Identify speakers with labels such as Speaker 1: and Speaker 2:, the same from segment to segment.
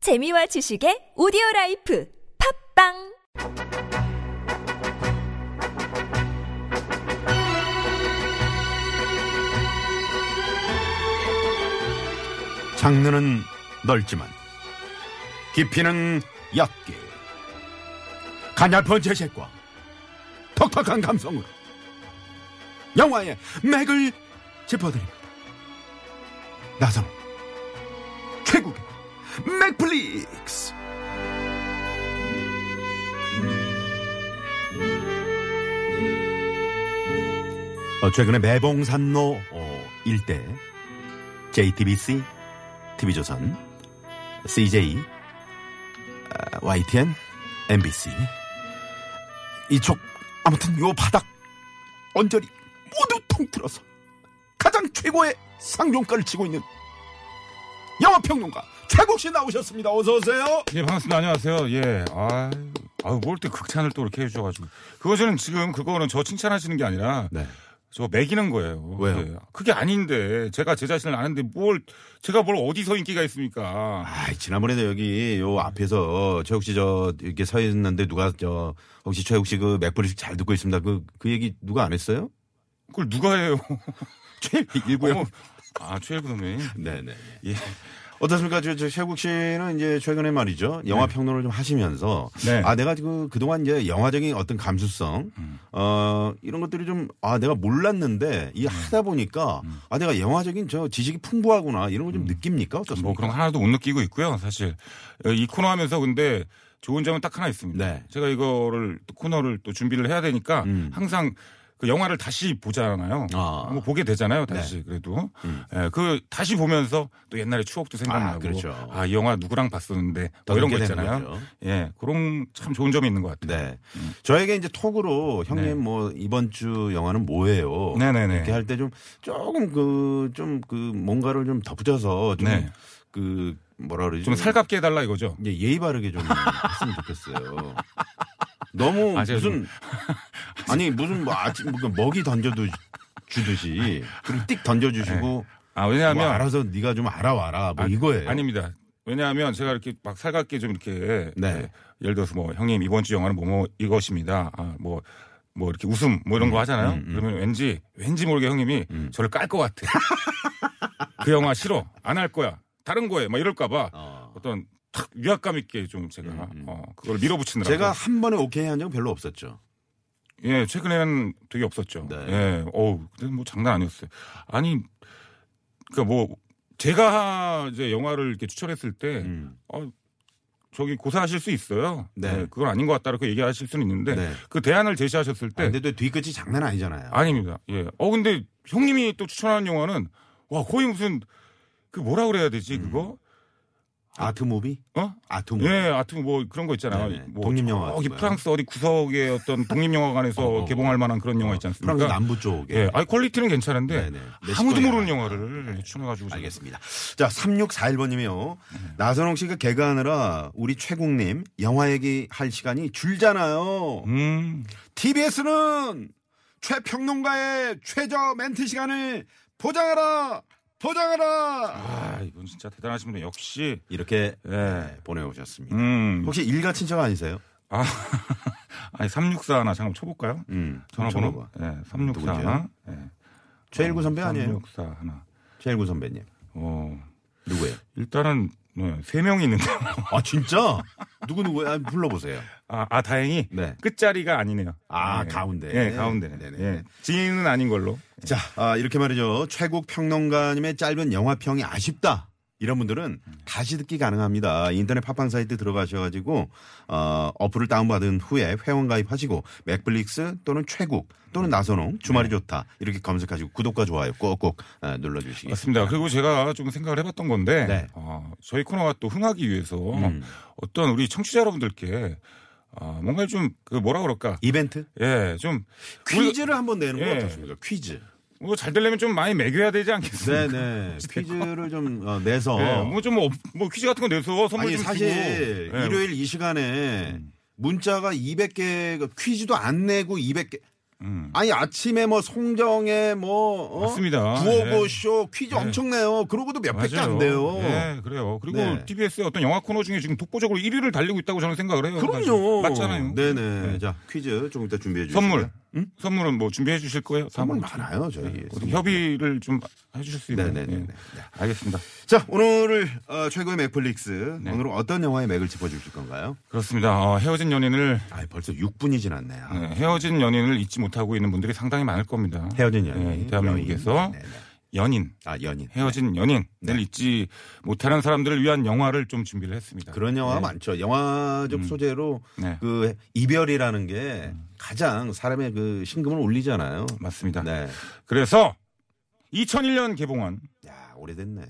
Speaker 1: 재미와 지식의 오디오 라이프 팝빵
Speaker 2: 장르는 넓지만 깊이는 얕게 가냘픈 재색과 톡톡한 감성으로 영화의 맥을 짚어드립니다. 나선호 최국의 맥플릭스 어, 최근에 매봉산로 어, 일대 JTBC TV조선, CJ, 아, YTN, MBC. 이쪽, 아무튼 요 바닥, 언저리 모두 통틀어서 가장 최고의 상종가를 치고 있는 영화평론가 최국 씨 나오셨습니다. 어서오세요.
Speaker 3: 예, 반갑습니다. 안녕하세요. 예. 아, 아유, 뭘때 극찬을 또 이렇게 해주셔가지고. 그거는 지금 그거는 저 칭찬하시는 게 아니라
Speaker 2: 네.
Speaker 3: 저 매기는 거예요.
Speaker 2: 왜요?
Speaker 3: 예. 그게 아닌데 제가 제 자신을 아는데 뭘 제가 뭘 어디서 인기가 있습니까?
Speaker 2: 아, 지난번에도 여기 요 앞에서 최국 씨 저 이렇게 서 있는데 누가 저 혹시 최국 씨 그 맥버리식 잘 듣고 있습니다. 그, 그 얘기 누가 안 했어요?
Speaker 3: 그걸 누가 해요?
Speaker 2: 최일구요.
Speaker 3: 어머. 아, 최일구 선배님.
Speaker 2: 네네.
Speaker 3: 예.
Speaker 2: 어떻습니까? 저, 저 최국 씨는 이제 최근에 말이죠. 영화 평론을 좀 하시면서
Speaker 3: 네.
Speaker 2: 아 내가 그 그동안 이제 영화적인 어떤 감수성
Speaker 3: 음.
Speaker 2: 어 이런 것들이 좀 아 내가 몰랐는데
Speaker 3: 음.
Speaker 2: 이 하다 보니까 아 내가 영화적인 저 지식이 풍부하구나 이런 걸 좀 느낍니까? 어떻습니까?
Speaker 3: 뭐 그런 거 하나도 못 느끼고 있고요. 사실 어, 이 코너 하면서 근데 좋은 점은 딱 하나 있습니다.
Speaker 2: 네. 음.
Speaker 3: 제가 이거를 또 코너를 또 준비를 해야 되니까 항상 그 영화를 다시 보잖아요.
Speaker 2: 아. 음.
Speaker 3: 뭐 보게 되잖아요. 다시 그래도 예, 그 다시 보면서 또 옛날에 추억도 생각나고
Speaker 2: 아, 그렇죠.
Speaker 3: 아, 이 영화 누구랑 봤었는데
Speaker 2: 더
Speaker 3: 뭐 이런 거
Speaker 2: 느끼게 되는
Speaker 3: 있잖아요.
Speaker 2: 거죠.
Speaker 3: 예 그런 참 좋은 점이 있는 것 같아요.
Speaker 2: 네.
Speaker 3: 음.
Speaker 2: 저에게 이제 톡으로 형님 뭐 이번 주 영화는 뭐예요?
Speaker 3: 네. 네네네.
Speaker 2: 이렇게 할 때 좀 조금 그 좀 그 뭔가를 좀 덧붙여서 좀 그
Speaker 3: 네.
Speaker 2: 뭐라 그러지?
Speaker 3: 좀 살갑게 해달라 이거죠.
Speaker 2: 이제 예의 바르게 좀 했으면 좋겠어요. 너무
Speaker 3: 아, 제가
Speaker 2: 무슨 아니 무슨 뭐 아침 뭐 먹이 던져도 주듯이 그리고 띡 던져주시고
Speaker 3: 아
Speaker 2: 뭐
Speaker 3: 왜냐하면
Speaker 2: 알아서 네가 좀 알아와라 뭐
Speaker 3: 아,
Speaker 2: 이거예요.
Speaker 3: 아닙니다. 왜냐하면 제가 이렇게 막 살갑게 좀 이렇게
Speaker 2: 네.
Speaker 3: 예, 예를 들어서 뭐 형님 이번 주 영화는 뭐뭐 이것입니다. 아, 뭐. 뭐 이렇게 웃음 뭐 이런 거 하잖아요. 그러면 왠지 왠지 모르게 형님이
Speaker 2: 음.
Speaker 3: 저를 깔 것 같아. 그 영화 싫어 안 할 거야 다른 거에 막 이럴까봐
Speaker 2: 어.
Speaker 3: 어떤 탁 위압감 있게 좀 제가 어, 그걸
Speaker 2: 음,
Speaker 3: 밀어붙이느라고
Speaker 2: 제가 한 번에 오케이 한 적은 별로 없었죠.
Speaker 3: 예, 최근에는 되게 없었죠.
Speaker 2: 네.
Speaker 3: 예, 어우, 근데 뭐 장난 아니었어요. 아니, 그니까 뭐, 제가 이제 영화를 이렇게 추천했을 때,
Speaker 2: 음.
Speaker 3: 어, 저기 고사하실 수 있어요.
Speaker 2: 네.
Speaker 3: 예, 그건 아닌 것 같다라고 얘기하실 수는 있는데,
Speaker 2: 네. 아,
Speaker 3: 그 대안을 제시하셨을 때,
Speaker 2: 근데 또 뒤끝이 장난 아니잖아요.
Speaker 3: 네. 아닙니다. 예. 어, 근데 형님이 또 추천하는 영화는, 와, 거의 무슨, 그 뭐라 그래야 되지, 그거?
Speaker 2: 아트 무비?
Speaker 3: 어?
Speaker 2: 아트 무비.
Speaker 3: 예, 하여튼 뭐 그런 거 있잖아요.
Speaker 2: 음. 네네.
Speaker 3: 뭐
Speaker 2: 독립영화 같은
Speaker 3: 저기
Speaker 2: 거요.
Speaker 3: 프랑스 어디 구석의 어떤 독립영화관에서
Speaker 2: 어, 어.
Speaker 3: 개봉할 만한 그런 영화 있지 않습니까?
Speaker 2: 프랑스 남부 쪽에.
Speaker 3: 예, 아니 퀄리티는 괜찮은데
Speaker 2: 네네.
Speaker 3: 아무도
Speaker 2: 멕시코
Speaker 3: 모르는
Speaker 2: 영화.
Speaker 3: 영화를 추천해가지고 제가.
Speaker 2: 알겠습니다. 자, 3641번님이요. 나선홍 씨가 개그하느라 우리 최국님 영화 얘기할 시간이 줄잖아요.
Speaker 3: 음,
Speaker 2: TBS는 최평론가의 최저 멘트 시간을 보장하라! 보장하라!
Speaker 3: 아 이분 진짜 대단하신 분이 역시
Speaker 2: 이렇게
Speaker 3: 예,
Speaker 2: 네, 보내오셨습니다.
Speaker 3: 음,
Speaker 2: 혹시 일가 친척 아니세요?
Speaker 3: 아, 아니 364 하나 잠깐 쳐볼까요?
Speaker 2: 음,
Speaker 3: 전화번호
Speaker 2: 전화번호.
Speaker 3: 예, 364
Speaker 2: 누구죠?
Speaker 3: 하나, 예,
Speaker 2: 최일구 선배 아니에요?
Speaker 3: 364 하나.
Speaker 2: 최일구 선배님.
Speaker 3: 어,
Speaker 2: 누구예요?
Speaker 3: 일단은 네, 세 명이 있는데,
Speaker 2: 아, 진짜? 누구누구예요? 아, 불러보세요.
Speaker 3: 아, 아, 다행히
Speaker 2: 네.
Speaker 3: 끝자리가 아니네요.
Speaker 2: 아,
Speaker 3: 예.
Speaker 2: 가운데.
Speaker 3: 예, 가운데.
Speaker 2: 네네.
Speaker 3: 예, 지인은 아닌 걸로.
Speaker 2: 자, 아, 이렇게 말이죠. 최국 평론가님의 짧은 영화평이 아쉽다. 이런 분들은 다시 듣기 가능합니다. 인터넷 팟빵 사이트 들어가셔가지고 어, 어플을 다운받은 후에 회원 가입하시고 맥플릭스 또는 최국 또는 나선홍 주말이 좋다 이렇게 검색하시고 구독과 좋아요 꼭꼭 어, 눌러주시기 바랍니다.
Speaker 3: 맞습니다. 그리고 제가 좀 생각을 해봤던 건데
Speaker 2: 네. 음.
Speaker 3: 어, 저희 코너가 또 흥하기 위해서 어떤 우리 청취자 여러분들께 어, 뭔가 좀 그 뭐라 그럴까
Speaker 2: 이벤트
Speaker 3: 예, 좀
Speaker 2: 퀴즈를 한번 내는 건
Speaker 3: 예.
Speaker 2: 어떻습니까? 퀴즈.
Speaker 3: 뭐잘 되려면 좀 많이 매겨야 되지 않겠습니까?
Speaker 2: 네네 퀴즈를 좀 어, 내서
Speaker 3: 뭐좀 뭐 퀴즈 같은 거 내서 선물
Speaker 2: 아니
Speaker 3: 좀
Speaker 2: 사실
Speaker 3: 주고. 예,
Speaker 2: 일요일 이 시간에 문자가 200개 가 퀴즈도 안그 내고 200개
Speaker 3: 음.
Speaker 2: 아니 아침에 뭐 송정에 뭐 어?
Speaker 3: 맞습니다.
Speaker 2: 구호고
Speaker 3: 예.
Speaker 2: 쇼 퀴즈
Speaker 3: 네.
Speaker 2: 엄청나요. 그러고도 몇 팩도
Speaker 3: 예. 맞아요.
Speaker 2: 안 돼요.
Speaker 3: 네, 그래요. 그리고
Speaker 2: 네.
Speaker 3: TBS의 어떤 영화 코너 중에 지금 독보적으로 1위를 달리고 있다고 저는 생각을 해요.
Speaker 2: 그럼요.
Speaker 3: 사실. 맞잖아요.
Speaker 2: 네네. 자 퀴즈 조금 이따 준비해 주세요.
Speaker 3: 선물. 선물은 뭐 준비해 주실 거예요?
Speaker 2: 선물
Speaker 3: 다음
Speaker 2: 많아요 저희.
Speaker 3: 어떻게 협의를 좀 해주실 수 있나요?
Speaker 2: 네네네.
Speaker 3: 예. 알겠습니다.
Speaker 2: 자 오늘을 어, 최고의 맥플릭스
Speaker 3: 네.
Speaker 2: 오늘은 어떤 영화의 맥을 짚어주실 건가요?
Speaker 3: 그렇습니다. 어, 헤어진 연인을
Speaker 2: 아 벌써 6분이 지났네. 요
Speaker 3: 네, 헤어진 연인을 잊지 못하고 있는 분들이 상당히 많을 겁니다.
Speaker 2: 헤어진 연인.
Speaker 3: 네, 대한민국에서
Speaker 2: 연인. 네네. 네.
Speaker 3: 연인,
Speaker 2: 아 연인.
Speaker 3: 헤어진 연인을 잊지 못하는 사람들을 위한 영화를 좀 준비를 했습니다.
Speaker 2: 그런 영화가 많죠. 영화적 소재로
Speaker 3: 네.
Speaker 2: 그 이별이라는 게 가장 사람의 그 신금을 올리잖아요.
Speaker 3: 음. 맞습니다.
Speaker 2: 네.
Speaker 3: 그래서 2001년 개봉한
Speaker 2: 야, 오래됐네.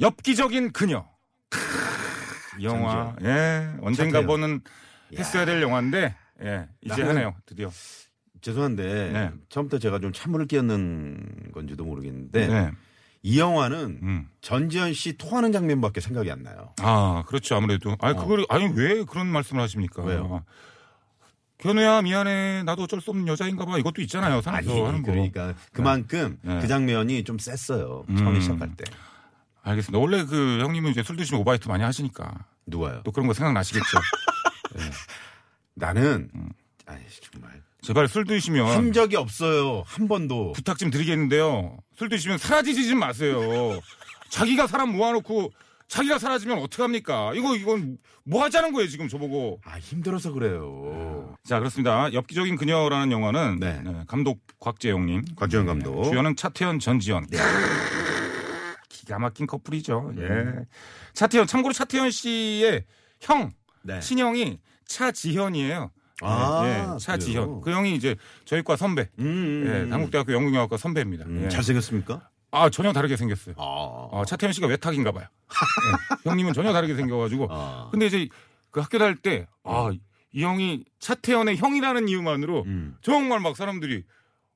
Speaker 3: 엽기적인 그녀 영화 예 언젠가
Speaker 2: 착해요.
Speaker 3: 보는 했어야 될 영화인데 예 이제
Speaker 2: 나는-
Speaker 3: 하네요 드디어
Speaker 2: 죄송한데
Speaker 3: 네.
Speaker 2: 처음부터 제가 좀 찬물을 끼얹는 건지도 모르겠는데
Speaker 3: 네.
Speaker 2: 이 영화는
Speaker 3: 음.
Speaker 2: 전지현 씨 토하는 장면밖에 생각이 안 나요.
Speaker 3: 아 그렇죠 아무래도 아 그걸 아니 왜 그런 말씀을 하십니까
Speaker 2: 어. 왜요?
Speaker 3: 견우야 미안해 나도 어쩔 수 없는 여자인가봐 이것도 있잖아요
Speaker 2: 아니
Speaker 3: 산에서 하는 거
Speaker 2: 그러니까 그만큼
Speaker 3: 네.
Speaker 2: 그 장면이 좀 셌어요. 처음에
Speaker 3: 음.
Speaker 2: 시작할 때
Speaker 3: 알겠습니다 원래 그 형님은 이제 술 드시면 오바이트 많이 하시니까
Speaker 2: 누가요?
Speaker 3: 또 그런 거 생각나시겠죠
Speaker 2: 나는
Speaker 3: 음.
Speaker 2: 아이 정말
Speaker 3: 제발 술 드시면
Speaker 2: 한 적이 없어요. 한 번도.
Speaker 3: 부탁 좀 드리겠는데요. 술 드시면 사라지지 좀 마세요. 자기가 사람 모아놓고 자기가 사라지면 어떡합니까? 이거, 이건 뭐 하자는 거예요, 지금 저보고.
Speaker 2: 아 힘들어서 그래요.
Speaker 3: 자, 그렇습니다. 엽기적인 그녀라는 영화는
Speaker 2: 네. 어?
Speaker 3: 네, 감독 곽재용님.
Speaker 2: 곽지현 감독.
Speaker 3: 주연은 차태현, 전지현.
Speaker 2: 네.
Speaker 3: 기가 막힌 커플이죠.
Speaker 2: 음.
Speaker 3: 예. 차태현, 참고로 차태현 씨의 형,
Speaker 2: 네.
Speaker 3: 친형이 차지현이에요.
Speaker 2: 아,
Speaker 3: 예, 차지현.
Speaker 2: 그래요?
Speaker 3: 그 형이 이제 저희과 선배.
Speaker 2: 음, 음,
Speaker 3: 예,
Speaker 2: 음.
Speaker 3: 한국대학교 영국영화과 선배입니다.
Speaker 2: 음,
Speaker 3: 예.
Speaker 2: 잘생겼습니까?
Speaker 3: 아 전혀 다르게 생겼어요.
Speaker 2: 아.
Speaker 3: 어, 차태현 씨가 외탁인가 봐요. 예, 형님은 전혀 다르게 생겨가지고.
Speaker 2: 아.
Speaker 3: 근데 이제 그 학교 다닐 때, 아, 이 형이 차태현의 형이라는 이유만으로
Speaker 2: 음.
Speaker 3: 정말 막 사람들이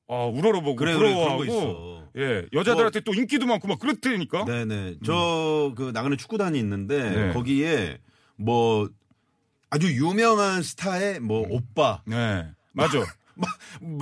Speaker 3: 아, 우러러보고
Speaker 2: 그래, 그래, 그런
Speaker 3: 부러워하고
Speaker 2: 거 있어.
Speaker 3: 예, 여자들한테 또 인기도 많고 막 그렇다니까.
Speaker 2: 네네. 저 그 나가는 축구단이 있는데
Speaker 3: 어? 음. 네.
Speaker 2: 거기에 뭐 아주 유명한 스타의 뭐
Speaker 3: 음.
Speaker 2: 오빠,
Speaker 3: 네, 맞아.
Speaker 2: 막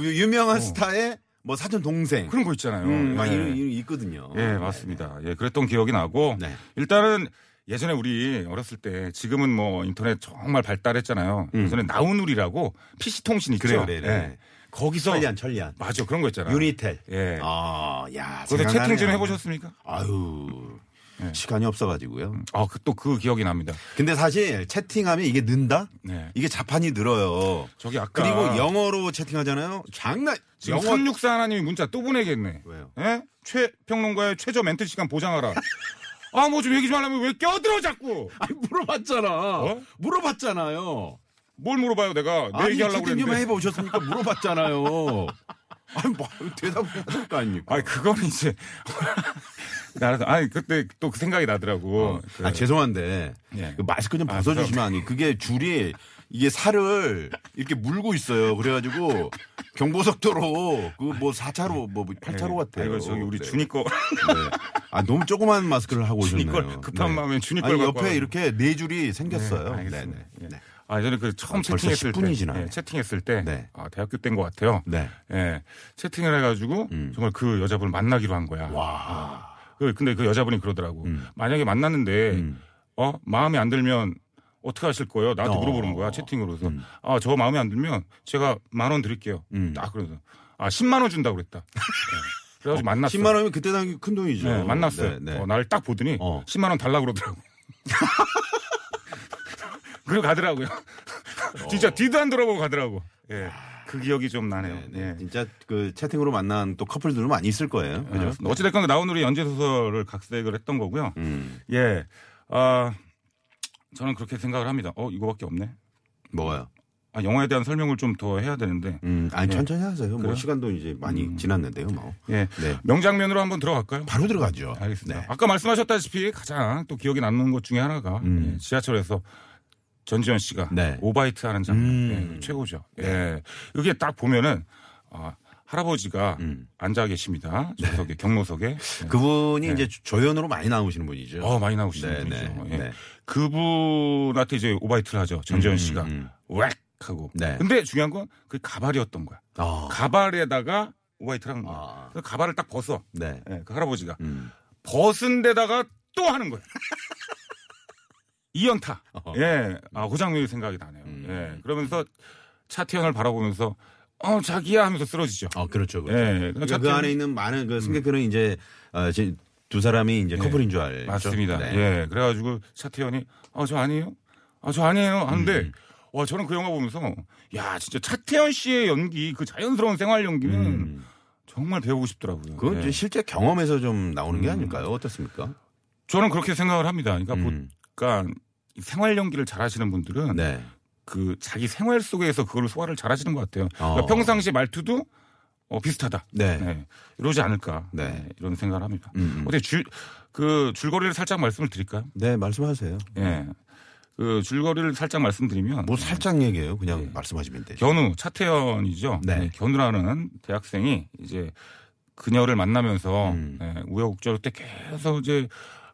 Speaker 2: 유명한
Speaker 3: 어.
Speaker 2: 스타의 뭐 사촌 동생,
Speaker 3: 그런 거 있잖아요.
Speaker 2: 음, 막
Speaker 3: 예.
Speaker 2: 이런 이런 있거든요.
Speaker 3: 예, 맞습니다. 예, 그랬던 기억이 나고
Speaker 2: 네.
Speaker 3: 일단은 예전에 우리 어렸을 때 지금은 뭐 인터넷 정말 발달했잖아요.
Speaker 2: 음.
Speaker 3: 예전에 나우누리라고 PC 통신 있죠.
Speaker 2: 그래요, 그래, 그래.
Speaker 3: 예. 거기서
Speaker 2: 네, 천리안, 천리안,
Speaker 3: 맞아 그런 거 있잖아요.
Speaker 2: 유니텔.
Speaker 3: 예.
Speaker 2: 아, 야.
Speaker 3: 거기서
Speaker 2: 생각나네요.
Speaker 3: 채팅 좀 해보셨습니까?
Speaker 2: 아유.
Speaker 3: 네.
Speaker 2: 시간이 없어가지고요.
Speaker 3: 아, 그, 또 그 기억이 납니다.
Speaker 2: 근데 사실 채팅하면 이게 는다?
Speaker 3: 네.
Speaker 2: 이게 자판이 늘어요.
Speaker 3: 저기 아까
Speaker 2: 그리고 영어로 채팅하잖아요. 장난.
Speaker 3: 지금 364 하나님이 문자 또 보내겠네.
Speaker 2: 왜요?
Speaker 3: 예? 최 평론가의 최저 멘트 시간 보장하라. 아, 뭐 좀 얘기 좀 하려면 왜 껴들어 자꾸?
Speaker 2: 아니 물어봤잖아.
Speaker 3: 어?
Speaker 2: 물어봤잖아요.
Speaker 3: 뭘 물어봐요, 내가? 내
Speaker 2: 아니 채팅
Speaker 3: 얘기하려고
Speaker 2: 좀
Speaker 3: 그랬는데.
Speaker 2: 해보셨습니까? 물어봤잖아요. 아니 뭐 대답을 하실 거 아닙니까?
Speaker 3: 아니, 그건 이제 나라서 아니 그때 또 그 생각이 나더라고. 그-
Speaker 2: 아, 죄송한데
Speaker 3: 예.
Speaker 2: 그 마스크 좀 벗어주시면 아니 그게 줄이 이게 살을 이렇게 물고 있어요. 그래가지고 경보속도로 그 뭐 4차로 뭐 8차로 같아요.
Speaker 3: 이거 예. 저기 우리
Speaker 2: 그래요.
Speaker 3: 준이 거
Speaker 2: 네. 아 너무 조그만 마스크를 하고
Speaker 3: 준이
Speaker 2: 오셨네요.
Speaker 3: 걸 급한
Speaker 2: 네.
Speaker 3: 마음에 준이 걸
Speaker 2: 아니, 옆에
Speaker 3: 갖고 와가지고.
Speaker 2: 이렇게 네 줄이 생겼어요.
Speaker 3: 네,
Speaker 2: 네,
Speaker 3: 알겠습니다.
Speaker 2: 네,
Speaker 3: 예.
Speaker 2: 네.
Speaker 3: 아, 예전에 그 처음
Speaker 2: 아, 벌써
Speaker 3: 채팅했을
Speaker 2: 10분이
Speaker 3: 때,
Speaker 2: 지나네.
Speaker 3: 예, 채팅했을 때,
Speaker 2: 네.
Speaker 3: 아, 대학교 때인 것 같아요.
Speaker 2: 네. 음.
Speaker 3: 예, 채팅을 해가지고 정말 그 여자분을 만나기로 한 거야.
Speaker 2: 와. 음.
Speaker 3: 그, 근데 그 여자분이 그러더라고. 만약에 만났는데, 어 마음에 안 들면 어떻게 하실 거예요? 나한테
Speaker 2: 어.
Speaker 3: 물어보는 거야 채팅으로. 서 아 저 마음에 안 들면 제가 만 원 드릴게요.
Speaker 2: 음.
Speaker 3: 딱 그래서 아 10만 원 준다고 그랬다. 예. 그래가지고 만났어.
Speaker 2: 10만 원이면 그때 당시 큰 돈이죠.
Speaker 3: 네,
Speaker 2: 네,
Speaker 3: 만났어요.
Speaker 2: 네.
Speaker 3: 어, 나를 딱 보더니
Speaker 2: 어.
Speaker 3: 10만 원 달라고 그러더라고. 그리고 가더라고요.
Speaker 2: 어.
Speaker 3: 진짜 뒤도 안 돌아보고 가더라고. 예. 그 기억이 좀 나네요.
Speaker 2: 아. 네, 네.
Speaker 3: 예.
Speaker 2: 진짜 그 채팅으로 만난 또 커플들은 많이 있을 거예요. 그죠?
Speaker 3: 어, 어찌됐건 나우누리 연재 소설을 각색을 했던 거고요.
Speaker 2: 음,
Speaker 3: 예. 아, 저는 그렇게 생각을 합니다. 어, 이거밖에 없네.
Speaker 2: 뭐가요?
Speaker 3: 아, 영화에 대한 설명을 좀 더 해야 되는데.
Speaker 2: 음, 아니
Speaker 3: 네.
Speaker 2: 천천히 하세요. 뭐
Speaker 3: 그래요? 음.
Speaker 2: 시간도 이제 많이 지났는데요, 뭐.
Speaker 3: 예.
Speaker 2: 네.
Speaker 3: 명장면으로 한번 들어갈까요?
Speaker 2: 바로 들어가죠.
Speaker 3: 알겠습니다.
Speaker 2: 네.
Speaker 3: 아까 말씀하셨다시피 가장 또 기억에 남는 것 중에 하나가
Speaker 2: 음.
Speaker 3: 예, 지하철에서 전지현 씨가
Speaker 2: 네.
Speaker 3: 오바이트 하는 장면
Speaker 2: 음.
Speaker 3: 예, 최고죠. 예. 이게 딱 보면은 아, 할아버지가
Speaker 2: 음.
Speaker 3: 앉아 계십니다. 좌석에
Speaker 2: 네.
Speaker 3: 경로석에. 예.
Speaker 2: 그분이 이제 조연으로 많이 나오시는 분이죠.
Speaker 3: 어 많이 나오시는
Speaker 2: 네,
Speaker 3: 분이죠.
Speaker 2: 네,
Speaker 3: 예.
Speaker 2: 네.
Speaker 3: 그분한테 이제 오바이트를 하죠. 전지현 씨가
Speaker 2: 음,
Speaker 3: 웩 하고.
Speaker 2: 네.
Speaker 3: 근데 중요한 건 그 가발이었던 거야.
Speaker 2: 아.
Speaker 3: 가발에다가 오바이트를 한 거야.
Speaker 2: 아.
Speaker 3: 그래서 가발을 딱 벗어.
Speaker 2: 네.
Speaker 3: 예, 그 할아버지가
Speaker 2: 음.
Speaker 3: 벗은 데다가 또 하는 거야. 이연타.
Speaker 2: 어허.
Speaker 3: 예. 아, 그 장면이 생각이 나네요.
Speaker 2: 음.
Speaker 3: 예. 그러면서 차태현을 바라보면서 어, 자기야 하면서 쓰러지죠.
Speaker 2: 어, 그렇죠. 그렇죠.
Speaker 3: 예. 그러니까
Speaker 2: 그러니까 그
Speaker 3: 차태현-
Speaker 2: 안에 있는 많은
Speaker 3: 음.
Speaker 2: 그 승객들은 이제 어, 이제 두 사람이 이제 커플인 줄 알죠.
Speaker 3: 예. 맞습니다.
Speaker 2: 네.
Speaker 3: 예. 그래가지고 차태현이 아, 저 아니에요? 아, 저 아니에요. 한데
Speaker 2: 음.
Speaker 3: 와, 저는 그 영화 보면서 야, 진짜 차태현 씨의 연기 그 자연스러운 생활 연기는
Speaker 2: 음.
Speaker 3: 정말 배우고 싶더라고요.
Speaker 2: 그건
Speaker 3: 예.
Speaker 2: 이제 실제 경험에서 좀 나오는 게
Speaker 3: 음.
Speaker 2: 아닐까요? 어떻습니까?
Speaker 3: 저는 그렇게 생각을 합니다. 그러니까 보-
Speaker 2: 음.
Speaker 3: 그러니까 이 생활 연기를 잘하시는 분들은
Speaker 2: 네.
Speaker 3: 그 자기 생활 속에서 그걸 소화를 잘하시는 것 같아요.
Speaker 2: 어.
Speaker 3: 그러니까 평상시 말투도 어, 비슷하다.
Speaker 2: 네.
Speaker 3: 네. 이러지 않을까.
Speaker 2: 네.
Speaker 3: 네, 이런 생각을 합니다.
Speaker 2: 음, 음.
Speaker 3: 어떻게 줄, 그 줄거리를 살짝 말씀을 드릴까요?
Speaker 2: 네, 말씀하세요.
Speaker 3: 예. 그 줄거리를 살짝 말씀드리면
Speaker 2: 뭐 살짝 얘기해요. 그냥 말씀하시면 되죠.
Speaker 3: 견우 차태현이죠.
Speaker 2: 네.
Speaker 3: 네, 견우라는 대학생이 이제 그녀를 만나면서
Speaker 2: 음.
Speaker 3: 네, 우여곡절 때 계속 이제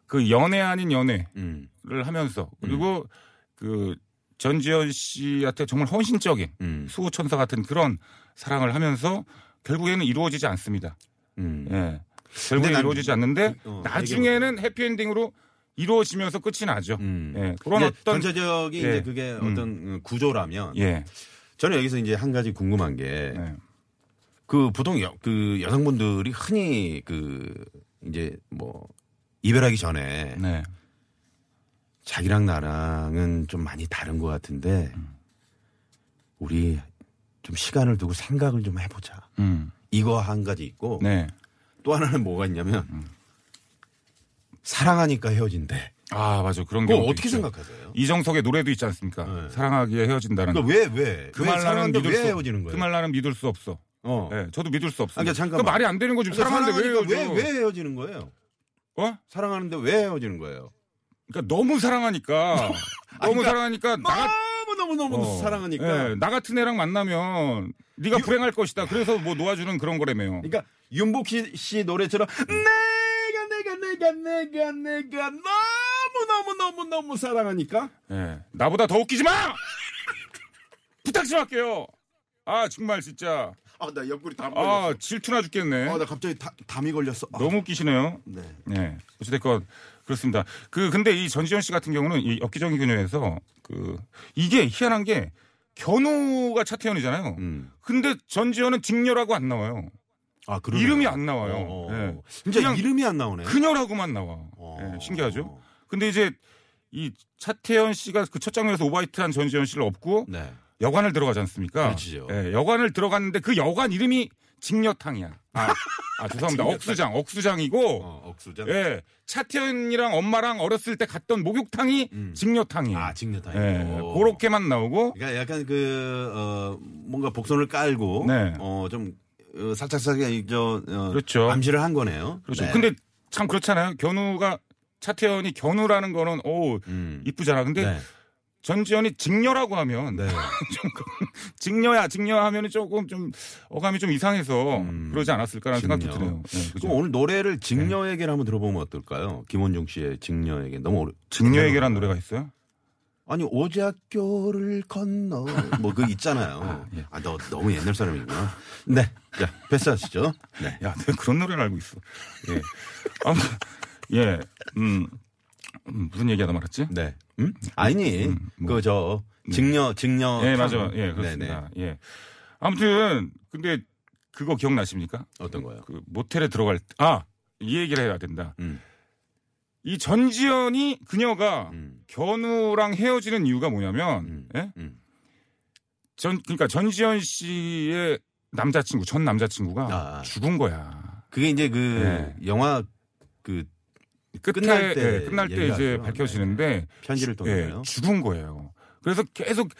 Speaker 3: 그 연애 아닌 연애를
Speaker 2: 음.
Speaker 3: 하면서 그리고 그 전지현 씨한테 정말 헌신적인
Speaker 2: 음.
Speaker 3: 수호 천사 같은 그런 사랑을 하면서 결국에는 이루어지지 않습니다.
Speaker 2: 음.
Speaker 3: 예.
Speaker 2: 근데
Speaker 3: 결국에
Speaker 2: 난-
Speaker 3: 이루어지지 않는데
Speaker 2: 어,
Speaker 3: 나중에는 해피엔딩으로 이루어지면서 끝이 나죠.
Speaker 2: 음.
Speaker 3: 예. 그런
Speaker 2: 이제
Speaker 3: 어떤
Speaker 2: 전체적인
Speaker 3: 예.
Speaker 2: 이제 그게
Speaker 3: 음.
Speaker 2: 어떤 구조라면
Speaker 3: 예.
Speaker 2: 저는 여기서 이제 한 가지 궁금한 게
Speaker 3: 예.
Speaker 2: 그 보통 여, 그 여성분들이 흔히 그 이제 뭐 이별하기 전에
Speaker 3: 네.
Speaker 2: 자기랑 나랑은 좀 많이 다른 것 같은데
Speaker 3: 음.
Speaker 2: 우리 좀 시간을 두고 생각을 좀 해보자.
Speaker 3: 음.
Speaker 2: 이거 한 가지 있고
Speaker 3: 네. 음.
Speaker 2: 또 하나는 뭐가 있냐면 사랑하니까 헤어진대.
Speaker 3: 아, 맞아. 그런 음.
Speaker 2: 그거
Speaker 3: 경우.
Speaker 2: 어떻게 생각하세요?
Speaker 3: 이정석의 노래도 있지 않습니까?
Speaker 2: 네.
Speaker 3: 사랑하기에 헤어진다는.
Speaker 2: 그러니까 왜 왜?
Speaker 3: 그
Speaker 2: 왜
Speaker 3: 말 나는
Speaker 2: 사랑하는데
Speaker 3: 믿을
Speaker 2: 왜
Speaker 3: 수
Speaker 2: 헤어지는 거예요?
Speaker 3: 그 말 나는 믿을 수 없어.
Speaker 2: 어.
Speaker 3: 예. 저도 믿을 수 없어.
Speaker 2: 아니, 잠깐만.
Speaker 3: 말이 안 되는 거지. 사랑하는데 왜
Speaker 2: 사랑하니까
Speaker 3: 헤어져?
Speaker 2: 왜, 왜 헤어지는 거예요?
Speaker 3: 어?
Speaker 2: 사랑하는데 왜 헤어지는 거예요?
Speaker 3: 그러니까 너무 사랑하니까 너무
Speaker 2: 그러니까
Speaker 3: 사랑하니까 나가
Speaker 2: 너무 너무 너무
Speaker 3: 어.
Speaker 2: 사랑하니까.
Speaker 3: 예, 나 같은 애랑 만나면 네가 불행할 것이다. 그래서 뭐 놓아주는 그런 거라며요.
Speaker 2: 그러니까 윤복 씨, 씨 노래처럼 내가 내가 내가 내가 내가 너무 너무 너무 너무 사랑하니까.
Speaker 3: 예, 나보다 더 웃기지 마. 부탁 좀 할게요. 아 정말 진짜
Speaker 2: 아 나 옆구리 담 걸렸어.
Speaker 3: 아 질투나 죽겠네.
Speaker 2: 아 나 갑자기 다- 담이 걸렸어. 아,
Speaker 3: 너무 웃기시네요.
Speaker 2: 네.
Speaker 3: 네. 어찌됐건 그렇습니다. 그 근데 이 전지현 씨 같은 경우는 이 엽기적인 그녀에서 그 이게 희한한 게 견우가 차태현이잖아요.
Speaker 2: 음.
Speaker 3: 근데 전지현은 직녀라고 안 나와요.
Speaker 2: 아 그러네.
Speaker 3: 이름이 안 나와요.
Speaker 2: 어, 어.
Speaker 3: 예.
Speaker 2: 진짜
Speaker 3: 그냥
Speaker 2: 이름이 안 나오네.
Speaker 3: 그녀라고만 나와.
Speaker 2: 어.
Speaker 3: 예, 신기하죠? 근데 이제 이 차태현 씨가 그 첫 장면에서 오바이트한 전지현 씨를 업고
Speaker 2: 네.
Speaker 3: 여관을 들어가지 않습니까?
Speaker 2: 그렇지요.
Speaker 3: 예, 여관을 들어갔는데 그 여관 이름이 직녀탕이야. 아, 아, 죄송합니다. 억수장, 억수장이고
Speaker 2: 어, 억수장.
Speaker 3: 예, 차태현이랑 엄마랑 어렸을 때 갔던 목욕탕이
Speaker 2: 음.
Speaker 3: 직녀탕이에요.
Speaker 2: 아 직녀다.
Speaker 3: 예, 그렇게만 나오고
Speaker 2: 그러니까 약간 그, 어, 뭔가 복선을 깔고,
Speaker 3: 네.
Speaker 2: 어, 좀, 어, 살짝살짝, 저, 어,
Speaker 3: 그렇죠.
Speaker 2: 암시를 한 거네요.
Speaker 3: 그렇죠.
Speaker 2: 네.
Speaker 3: 근데 참 그렇잖아요. 견우가 차태현이 견우라는 거는 오
Speaker 2: 음.
Speaker 3: 이쁘잖아. 근데
Speaker 2: 네.
Speaker 3: 전지현이 직녀라고 하면
Speaker 2: 네.
Speaker 3: 좀 직녀야 직녀 하면은 조금 좀 어감이 좀 이상해서
Speaker 2: 음.
Speaker 3: 그러지 않았을까라는
Speaker 2: 직녀.
Speaker 3: 생각도 드네요. 네, 그죠?
Speaker 2: 그럼 오늘 노래를 직녀 얘기를 한번 들어보면 어떨까요? 김원중 씨의 직녀 얘기. 너무 어려...
Speaker 3: 직녀 얘기란 노래가 있어요?
Speaker 2: 아니, 오작교를 건너. 뭐, 그거 있잖아요. 아,
Speaker 3: 예.
Speaker 2: 너 너무 옛날 사람이구나. 네. 자, 패스하시죠. 네.
Speaker 3: 야, 내가 그런 노래를 알고 있어. 예. 아무튼 예. 음. 음, 무슨 얘기하다 말았지?
Speaker 2: 네. 음? 아니, 그, 저, 직녀, 직녀.
Speaker 3: 뭐. 네. 예,
Speaker 2: 탕.
Speaker 3: 맞아요. 예,
Speaker 2: 네네.
Speaker 3: 그렇습니다. 예. 아무튼 근데 그거 기억나십니까?
Speaker 2: 어떤 거요?
Speaker 3: 그 모텔에 들어갈 때, 아, 이 얘기를 해야 된다.
Speaker 2: 음.
Speaker 3: 이 전지현이 그녀가
Speaker 2: 음.
Speaker 3: 견우랑 헤어지는 이유가 뭐냐면
Speaker 2: 음.
Speaker 3: 예?
Speaker 2: 음.
Speaker 3: 전 그러니까 전지현 씨의 남자친구, 전 남자친구가
Speaker 2: 아.
Speaker 3: 죽은 거야.
Speaker 2: 그게 이제 그
Speaker 3: 네.
Speaker 2: 영화 그
Speaker 3: 끝에
Speaker 2: 끝날 때
Speaker 3: 예, 끝날 때
Speaker 2: 얘기가
Speaker 3: 이제
Speaker 2: 나죠. 네,
Speaker 3: 밝혀지는데
Speaker 2: 편지를
Speaker 3: 예,
Speaker 2: 통해요.
Speaker 3: 죽은 거예요. 그래서 계속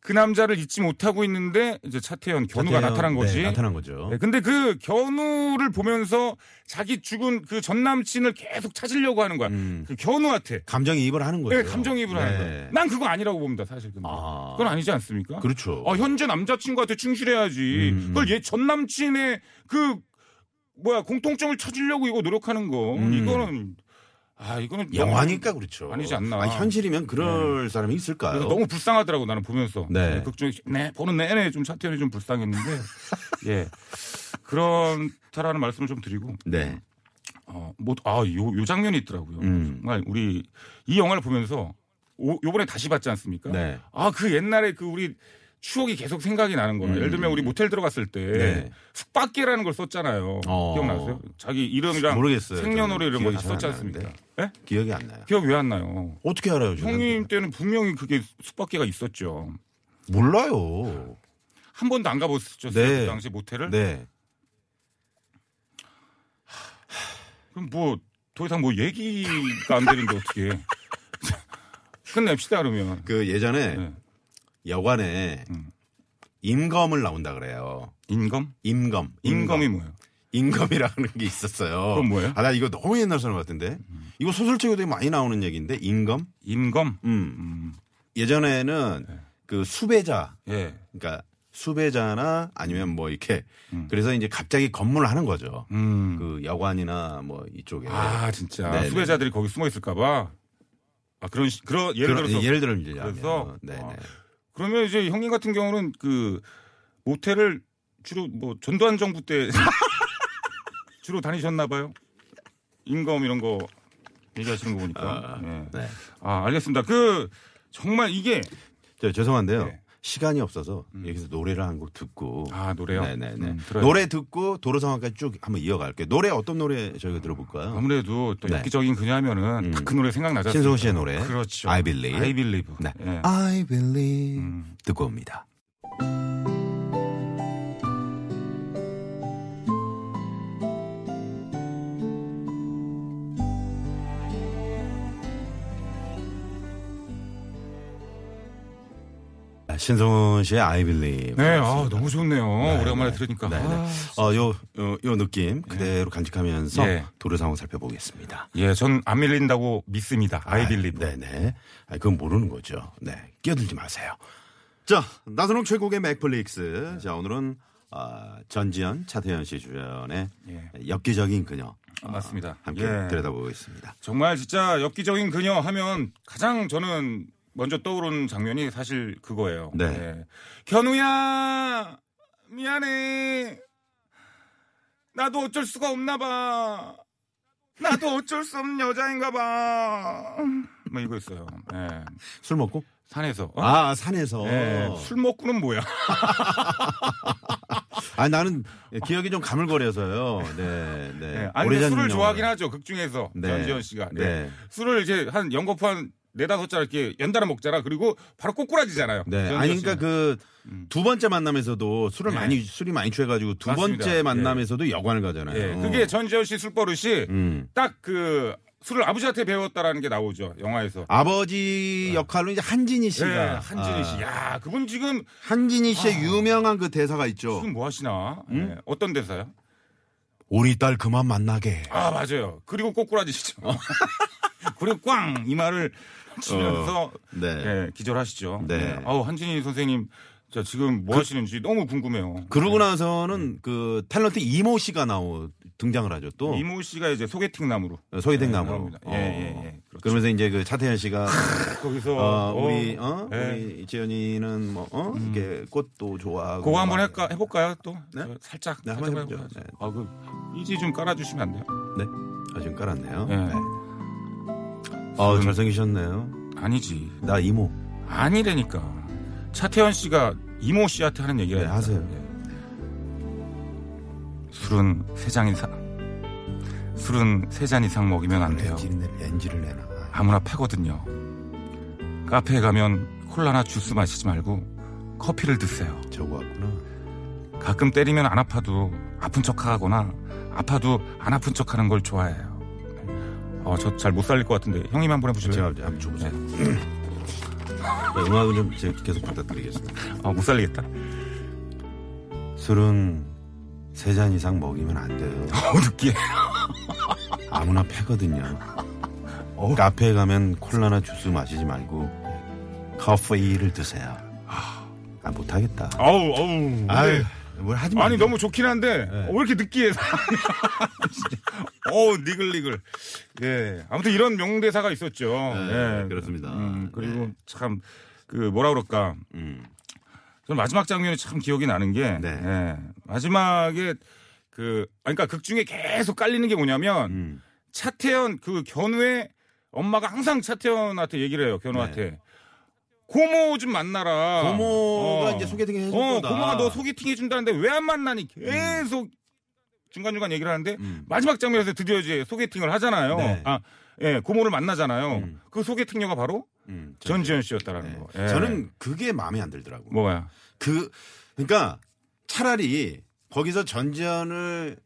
Speaker 3: 그 남자를 잊지 못하고 있는데 이제 차태현 견우가
Speaker 2: 자태형,
Speaker 3: 나타난
Speaker 2: 네,
Speaker 3: 거지.
Speaker 2: 나타난 거죠.
Speaker 3: 네, 근데 그 견우를 보면서 자기 죽은 그 전 남친을 계속 찾으려고 하는 거야.
Speaker 2: 음.
Speaker 3: 그 견우한테.
Speaker 2: 감정이입을 하는 거죠. 네.
Speaker 3: 예, 감정이입을 하는 거야. 난 그거 아니라고 봅니다, 사실. 근데.
Speaker 2: 아.
Speaker 3: 그건 아니지 않습니까?
Speaker 2: 그렇죠.
Speaker 3: 어, 현재 남자친구한테 충실해야지.
Speaker 2: 음.
Speaker 3: 그걸 얘 전 남친의 그, 뭐야, 공통점을 찾으려고 이거 노력하는 거.
Speaker 2: 음.
Speaker 3: 이거는 아 이거는 너무-
Speaker 2: 영화니까 그렇죠.
Speaker 3: 아니지 않나. 네.
Speaker 2: 아니, 현실이면 그럴 사람이 있을까요?
Speaker 3: 그래서 너무 불쌍하더라고 나는 보면서
Speaker 2: 네.
Speaker 3: 극중에 네, 보는 내내 좀 차태현이 좀 불쌍했는데 예 그런다라는 말씀을 좀 드리고 어,
Speaker 2: 네.
Speaker 3: 어뭐아요 요 장면이 있더라고요
Speaker 2: 음.
Speaker 3: 정말 우리 이 영화를 보면서 오, 요번에 다시 봤지 않습니까?
Speaker 2: 네.
Speaker 3: 아 그 옛날에 그 우리 추억이 계속 생각이 나는 거예요. 예를 들면 우리 모텔 들어갔을 때
Speaker 2: 음. 네.
Speaker 3: 숙박계라는 걸 썼잖아요.
Speaker 2: 어.
Speaker 3: 기억나세요? 자기 이름이랑
Speaker 2: 모르겠어요.
Speaker 3: 생년월일
Speaker 2: 저는
Speaker 3: 이런 거 다
Speaker 2: 기억이 잘
Speaker 3: 썼지
Speaker 2: 안
Speaker 3: 않습니까?
Speaker 2: 나는데.
Speaker 3: 예?
Speaker 2: 기억이 안 나요.
Speaker 3: 기억 왜 안 나요?
Speaker 2: 어떻게 알아요, 저는?
Speaker 3: 형님 때는 분명히 그게 숙박계가 있었죠.
Speaker 2: 몰라요.
Speaker 3: 한 번도 안 가보셨죠?
Speaker 2: 네.
Speaker 3: 그 당시 모텔을?
Speaker 2: 네.
Speaker 3: 그럼 뭐 더 이상 뭐 얘기가 안 되는데 어떻게 해. 끝냅시다 그러면
Speaker 2: 그 예전에
Speaker 3: 네.
Speaker 2: 여관에
Speaker 3: 음.
Speaker 2: 임검을 나온다 그래요.
Speaker 3: 인검?
Speaker 2: 임검.
Speaker 3: 인검이 뭐예요?
Speaker 2: 임검이라는 게 있었어요.
Speaker 3: 그건 뭐예요? 음.
Speaker 2: 아, 나 이거 너무 옛날 사람 같은데. 이거 소설책에 되게 많이 나오는 얘기인데, 임검?
Speaker 3: 임검?
Speaker 2: 음.
Speaker 3: 음,
Speaker 2: 예전에는
Speaker 3: 네.
Speaker 2: 그 수배자,
Speaker 3: 예.
Speaker 2: 그러니까 수배자나 아니면 뭐 이렇게.
Speaker 3: 음.
Speaker 2: 그래서 이제 갑자기 건물을 하는 거죠.
Speaker 3: 음.
Speaker 2: 그 여관이나 뭐 이쪽에.
Speaker 3: 아 진짜
Speaker 2: 네네.
Speaker 3: 수배자들이 거기 숨어 있을까봐 아 그런 시- 그런 예를
Speaker 2: 그런-
Speaker 3: 들어서
Speaker 2: 예를 들면 어,
Speaker 3: 그래서?
Speaker 2: 네네.
Speaker 3: 아. 그러면 이제 형님 같은 경우는 그 모텔을 주로 뭐 전두환 정부 때 주로 다니셨나 봐요 임금 이런 거 얘기하시는 거 보니까
Speaker 2: 아,
Speaker 3: 예.
Speaker 2: 네.
Speaker 3: 아 알겠습니다 그 정말 이게
Speaker 2: 저 죄송한데요.
Speaker 3: 네. 음.
Speaker 2: 시간이 없어서 여기서 노래를 한 곡 듣고
Speaker 3: 아 노래요
Speaker 2: 네네네.
Speaker 3: 음, 들어요.
Speaker 2: 노래 듣고 도로 상황까지 쭉 한번 이어갈게요. 노래 어떤 노래 저희가 들어볼까요?
Speaker 3: 아무래도 또
Speaker 2: 네. 음.
Speaker 3: 엽기적인 그녀면은 딱 그 노래 생각나잖아요
Speaker 2: 신승훈 씨의 노래.
Speaker 3: 그렇죠
Speaker 2: I Believe.
Speaker 3: I Believe
Speaker 2: 네.
Speaker 3: 예.
Speaker 2: I believe
Speaker 3: 음.
Speaker 2: 듣고 옵니다. 아, 신성훈 씨의 I believe.
Speaker 3: 네, 아, 너무 좋네요. 오랜만에
Speaker 2: 네.
Speaker 3: 들으니까.
Speaker 2: 네,
Speaker 3: 아,
Speaker 2: 네. 어, 요, 요, 요 느낌 그대로 간직하면서
Speaker 3: 예.
Speaker 2: 도로 상황 살펴보겠습니다.
Speaker 3: 예, 전 안 밀린다고 믿습니다. I believe.
Speaker 2: 네네. 아, 그건 모르는 거죠. 네. 끼어들지 마세요. 자, 나선홍 최고의 맥플릭스. 자, 오늘은 아, 전지현, 차태현 씨 주연의
Speaker 3: 예.
Speaker 2: 엽기적인 그녀.
Speaker 3: 아, 맞습니다.
Speaker 2: 함께
Speaker 3: 예.
Speaker 2: 들여다보고 있습니다.
Speaker 3: 정말 진짜 엽기적인 그녀 하면 가장 저는 먼저 떠오르는 장면이 사실 그거예요.
Speaker 2: 네.
Speaker 3: 예. 견우야, 미안해. 나도 어쩔 수가 없나 봐. 나도 어쩔 수 없는 여자인가 봐. 뭐 이거였어요. 예.
Speaker 2: 술 먹고?
Speaker 3: 산에서. 어?
Speaker 2: 아, 산에서.
Speaker 3: 예. 술 먹고는 뭐야?
Speaker 2: 아, 나는 기억이 좀 가물거려서요. 네, 네.
Speaker 3: 네. 아니 근데
Speaker 2: 오래전
Speaker 3: 술을
Speaker 2: 영화라.
Speaker 3: 좋아하긴 하죠. 극 중에서
Speaker 2: 네.
Speaker 3: 전지현 씨가 네.
Speaker 2: 네.
Speaker 3: 술을 이제 한 연거푸 한 네다섯 잔 이렇게 연달아 먹잖아. 그리고 바로 꼬꾸라지잖아요.
Speaker 2: 네.
Speaker 3: 전지현
Speaker 2: 아니, 그러니까 예.
Speaker 3: 씨는.
Speaker 2: 그 두 번째 만남에서도 술을
Speaker 3: 네.
Speaker 2: 많이, 술이 많이 취해가지고 두
Speaker 3: 맞습니다.
Speaker 2: 번째
Speaker 3: 예.
Speaker 2: 만남에서도 여관을 가잖아요.
Speaker 3: 예, 그게 전지현 씨 술버릇이
Speaker 2: 어. 음.
Speaker 3: 딱 그 술을 아버지한테 배웠다라는 게 나오죠
Speaker 2: 아,
Speaker 3: 영화에서.
Speaker 2: 아버지 역할로 이제 한진희
Speaker 3: 예,
Speaker 2: 씨가
Speaker 3: 네. 한진희 씨, 아.
Speaker 2: 아,
Speaker 3: 야 그분 지금
Speaker 2: 한진희 씨의 유명한 그 대사가 있죠.
Speaker 3: 지금 뭐 하시나?
Speaker 2: 음?
Speaker 3: 예, 어떤 대사요?
Speaker 2: 우리 딸 그만 만나게.
Speaker 3: 아 맞아요. 그리고 꼬꾸라지시죠.
Speaker 2: 어.
Speaker 3: 그리고 꽝 이마를 치면서
Speaker 2: 네.
Speaker 3: 예, 기절하시죠.
Speaker 2: 네. 그
Speaker 3: 예. 아우 한진희 선생님, 저 지금 뭐 하시는지 너무 궁금해요.
Speaker 2: 그러고 나서는 그 탤런트 이모 씨가 나오 등장을 하죠. 또
Speaker 3: 네. 이모 씨가 이제 소개팅 남으로
Speaker 2: 어, 소개팅 나무로.
Speaker 3: 그렇습니다. 예, 예, 예. 그렇죠.
Speaker 2: 러면서 이제 그 차태현 씨가
Speaker 3: 거기서
Speaker 2: 어, 우리 어
Speaker 3: 예. 음.
Speaker 2: 우리 재현이는 뭐 어? 이렇게 꽃도 좋아하고
Speaker 3: 그거 한번
Speaker 2: 막-
Speaker 3: 할까 해볼까요 또 저 살짝
Speaker 2: 어. 네, 한번
Speaker 3: 살짝
Speaker 2: 해보죠.
Speaker 3: 해볼까요?
Speaker 2: 네.
Speaker 3: 아, 그 이지 좀 깔아주시면 안 돼요?
Speaker 2: 네. 아 지금 깔았네요.
Speaker 3: 예. 음.
Speaker 2: 네. 아 잘생기셨네요.
Speaker 3: 아니지
Speaker 2: 나 이모.
Speaker 3: 아니래니까 차태현 씨가 이모 씨한테 하는 얘기가
Speaker 2: 네, 하세요.
Speaker 3: 술은 세 잔 이상 술은 세 잔 이상 먹이면 안 돼요.
Speaker 2: 렌지를 내- 렌지를 내놔.
Speaker 3: 아무나 패거든요. 카페에 가면 콜라나 주스 마시지 말고 커피를 드세요.
Speaker 2: 저거 왔구나.
Speaker 3: 가끔 때리면 안 아파도 아픈 척하거나 아파도 안 아픈 척하는 걸 좋아해요. 어, 저 잘 못 살릴 것 같은데 형님 한번
Speaker 2: 제가
Speaker 3: 해보실래요?
Speaker 2: 한번 줘보세요. 네, 음악은 좀 제가 계속 받아드리겠습니다.
Speaker 3: 아, 못 살리겠다.
Speaker 2: 어, 술은 세 잔 이상 먹이면 안 돼요.
Speaker 3: 어, 느끼해.
Speaker 2: 아무나 패거든요.
Speaker 3: 어?
Speaker 2: 카페에 가면 콜라나 주스 마시지 말고 커피를 드세요. 아 못하겠다.
Speaker 3: 아우, 네. 아우.
Speaker 2: 아유 뭘 하지 마. 네.
Speaker 3: 어, 아니 너무 좋긴 한데 왜 이렇게 느끼해? 진짜. 어 니글니글. 예. 아무튼 이런 명대사가 있었죠.
Speaker 2: 네, 그렇습니다.
Speaker 3: 음, 그리고
Speaker 2: 네.
Speaker 3: 참 그 뭐라 그럴까.
Speaker 2: 음.
Speaker 3: 저는 마지막 장면이 참 기억이 나는 게
Speaker 2: 네.
Speaker 3: 예, 마지막에 그 아니, 그러니까 극 중에 계속 깔리는 게 뭐냐면
Speaker 2: 음.
Speaker 3: 차태현 그 견우의 엄마가 항상 차태현한테 얘기를 해요. 견우한테. 고모 좀 만나라.
Speaker 2: 네. 고모가
Speaker 3: 어.
Speaker 2: 이제 소개팅 해줄
Speaker 3: 어,
Speaker 2: 거다.
Speaker 3: 고모가 너 소개팅 해준다는데 왜 안 만나니 계속 중간중간 얘기를 하는데
Speaker 2: 음.
Speaker 3: 마지막 장면에서 드디어 이제 소개팅을 하잖아요.
Speaker 2: 네.
Speaker 3: 아, 예, 고모를 만나잖아요.
Speaker 2: 음.
Speaker 3: 그 소개팅녀가 바로
Speaker 2: 음,
Speaker 3: 전지현 씨였다라는
Speaker 2: 네.
Speaker 3: 거. 예.
Speaker 2: 저는 그게 마음에 안 들더라고.
Speaker 3: 뭐야?
Speaker 2: 그 그러니까 차라리 거기서 전지현을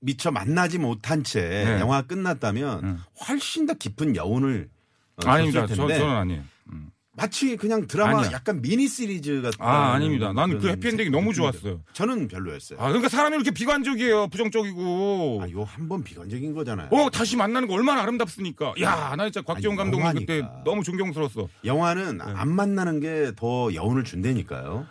Speaker 2: 미처 만나지 못한 채
Speaker 3: 네.
Speaker 2: 영화 가 끝났다면
Speaker 3: 음.
Speaker 2: 훨씬 더 깊은 여운을 어,
Speaker 3: 아닙니다.
Speaker 2: 줬을
Speaker 3: 저,
Speaker 2: 텐데
Speaker 3: 저는 아니에요. 음.
Speaker 2: 마치 그냥 드라마
Speaker 3: 아니야.
Speaker 2: 약간 미니 시리즈 같은
Speaker 3: 아, 아닙니다. 나는 그
Speaker 2: 그런
Speaker 3: 해피엔딩이 너무
Speaker 2: 느낌이
Speaker 3: 좋았어요.
Speaker 2: 들어요. 저는 별로였어요.
Speaker 3: 아, 그러니까 사람이 이렇게 비관적이에요. 부정적이고.
Speaker 2: 아, 요 한 번 비관적인 거잖아요.
Speaker 3: 어, 다시 만나는 거 얼마나 아름답습니까? 야, 나 진짜 곽지원
Speaker 2: 아니,
Speaker 3: 감독님 그때
Speaker 2: 영화니까.
Speaker 3: 너무 존경스러웠어. 네.
Speaker 2: 영화는 안 만나는 게 더 여운을 준다니까요.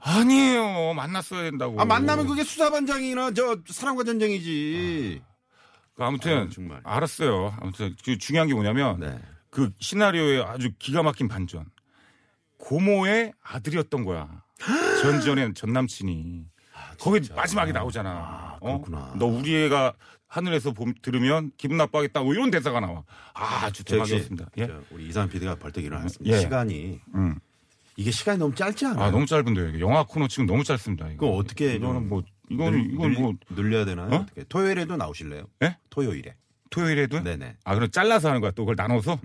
Speaker 3: 아니에요. 만났어야 된다고.
Speaker 2: 아 만나면 그게 수사반장이나 저 사랑과 전쟁이지.
Speaker 3: 그 아무튼
Speaker 2: 아유, 정말.
Speaker 3: 알았어요. 아무튼 그 중요한 게 뭐냐면
Speaker 2: 네.
Speaker 3: 그 시나리오의 아주 기가 막힌 반전. 고모의 아들이었던 거야. 전전엔 전 남친이. 거기 마지막에 나오잖아.
Speaker 2: 아,
Speaker 3: 어?
Speaker 2: 그렇구나.
Speaker 3: 너 우리 애가 하늘에서 봄, 들으면 기분 나빠하겠다. 뭐 이런 대사가 나와. 아, 주대박이었습니다 예?
Speaker 2: 저 우리 이상한 PD가 벌떡 일어났습니다.
Speaker 3: 예.
Speaker 2: 시간이
Speaker 3: 음.
Speaker 2: 이게 시간이 너무 짧지 않아요?
Speaker 3: 아, 너무 짧은데요. 이게. 영화 코너 지금 너무 짧습니다. 이거
Speaker 2: 그거 어떻게
Speaker 3: 이거는
Speaker 2: 좀
Speaker 3: 뭐 이건
Speaker 2: 늘,
Speaker 3: 이건 뭐
Speaker 2: 늘- 늘려야 되나요?
Speaker 3: 어?
Speaker 2: 어? 떻게 토요일에도 나오실래요?
Speaker 3: 예?
Speaker 2: 토요일에.
Speaker 3: 토요일에도
Speaker 2: 네네. 음.
Speaker 3: 아, 그럼 잘라서 하는 거야. 또 그걸 나눠서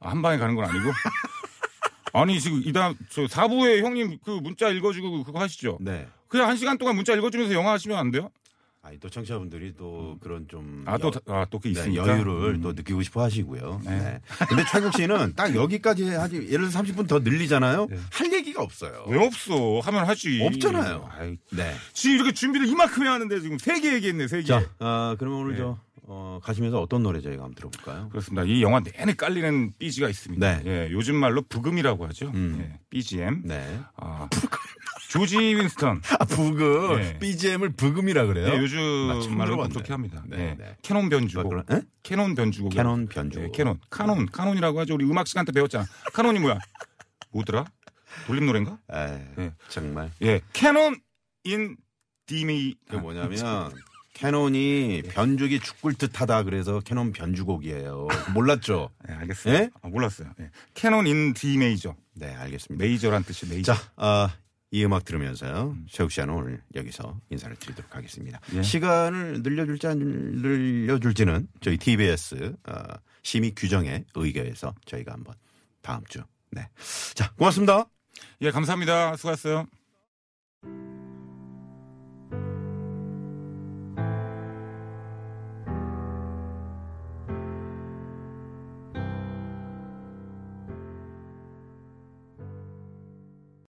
Speaker 3: 아, 한 방에 가는 건 아니고. 아니 지금 이다음 저 4부에 형님 그 문자 읽어주고 그거 하시죠.
Speaker 2: 네.
Speaker 3: 그냥 한 시간 동안 문자 읽어주면서 영화 하시면 안 돼요?
Speaker 2: 아니 또 청취자분들이 또 그런 좀
Speaker 3: 아
Speaker 2: 여-
Speaker 3: 또아또그
Speaker 2: 네,
Speaker 3: 있으니까 음.
Speaker 2: 여유를 또 느끼고 싶어 하시고요. 네. 근데 최국 씨는 딱 여기까지 하지 예를 들어 30분 더 늘리잖아요. 할 얘기가 없어요.
Speaker 3: 네. 왜 없어? 하면 하지.
Speaker 2: 없잖아요.
Speaker 3: 아이,
Speaker 2: 네.
Speaker 3: 지금 이렇게 준비를 이만큼 해야 하는데 지금 세 개 얘기했네 세 개.
Speaker 2: 자, 아, 그러면 오늘 저 어, 가시면서 어떤 노래 저희가 한번 들어볼까요?
Speaker 3: 그렇습니다. 이 영화 내내 깔리는 삐지가 있습니다.
Speaker 2: 네. 음.
Speaker 3: 예, 요즘 말로 부금이라고 하죠. 예, BGM.
Speaker 2: 네.
Speaker 3: 아, 조지 윈스턴.
Speaker 2: 아, 부금
Speaker 3: 네.
Speaker 2: BGM을 부금이라 그래요?
Speaker 3: 네, 요즘
Speaker 2: 나 처음
Speaker 3: 말로
Speaker 2: 들어봤네.
Speaker 3: 그렇게 합니다.
Speaker 2: 네,
Speaker 3: 예.
Speaker 2: 네.
Speaker 3: 캐논 변주곡.
Speaker 2: 그런- 에?
Speaker 3: 캐논 변주곡.
Speaker 2: 예? 캐논 변주곡.
Speaker 3: 예.
Speaker 2: 네.
Speaker 3: 캐논. 카논. 카논이라고 하죠. 우리 음악 시간 때 배웠잖아. 카논이 뭐야? 뭐더라? 돌림 노래인가?
Speaker 2: 에이,
Speaker 3: 네.
Speaker 2: 정말.
Speaker 3: 예. 캐논 인 디미.
Speaker 2: 그 뭐냐면 캐논이 변죽이 죽을 듯하다 그래서 캐논 변주곡이에요. 몰랐죠?
Speaker 3: 예, 알겠어요.
Speaker 2: 예?
Speaker 3: 아, 몰랐어요. 예. 캐논 인 D 메이저.
Speaker 2: 네, 알겠습니다.
Speaker 3: 메이저란 뜻이 메이저.
Speaker 2: 자, 아, 이 음악 들으면서요. 최욱 씨와는 오늘 여기서 인사를 드리도록 하겠습니다.
Speaker 3: 예.
Speaker 2: 시간을 늘려줄지 안 늘려줄지는 저희 TBS 어, 심의 규정에 의거해서 저희가 한번 다음 주. 네. 자, 고맙습니다.
Speaker 3: 예, 감사합니다. 수고하셨어요.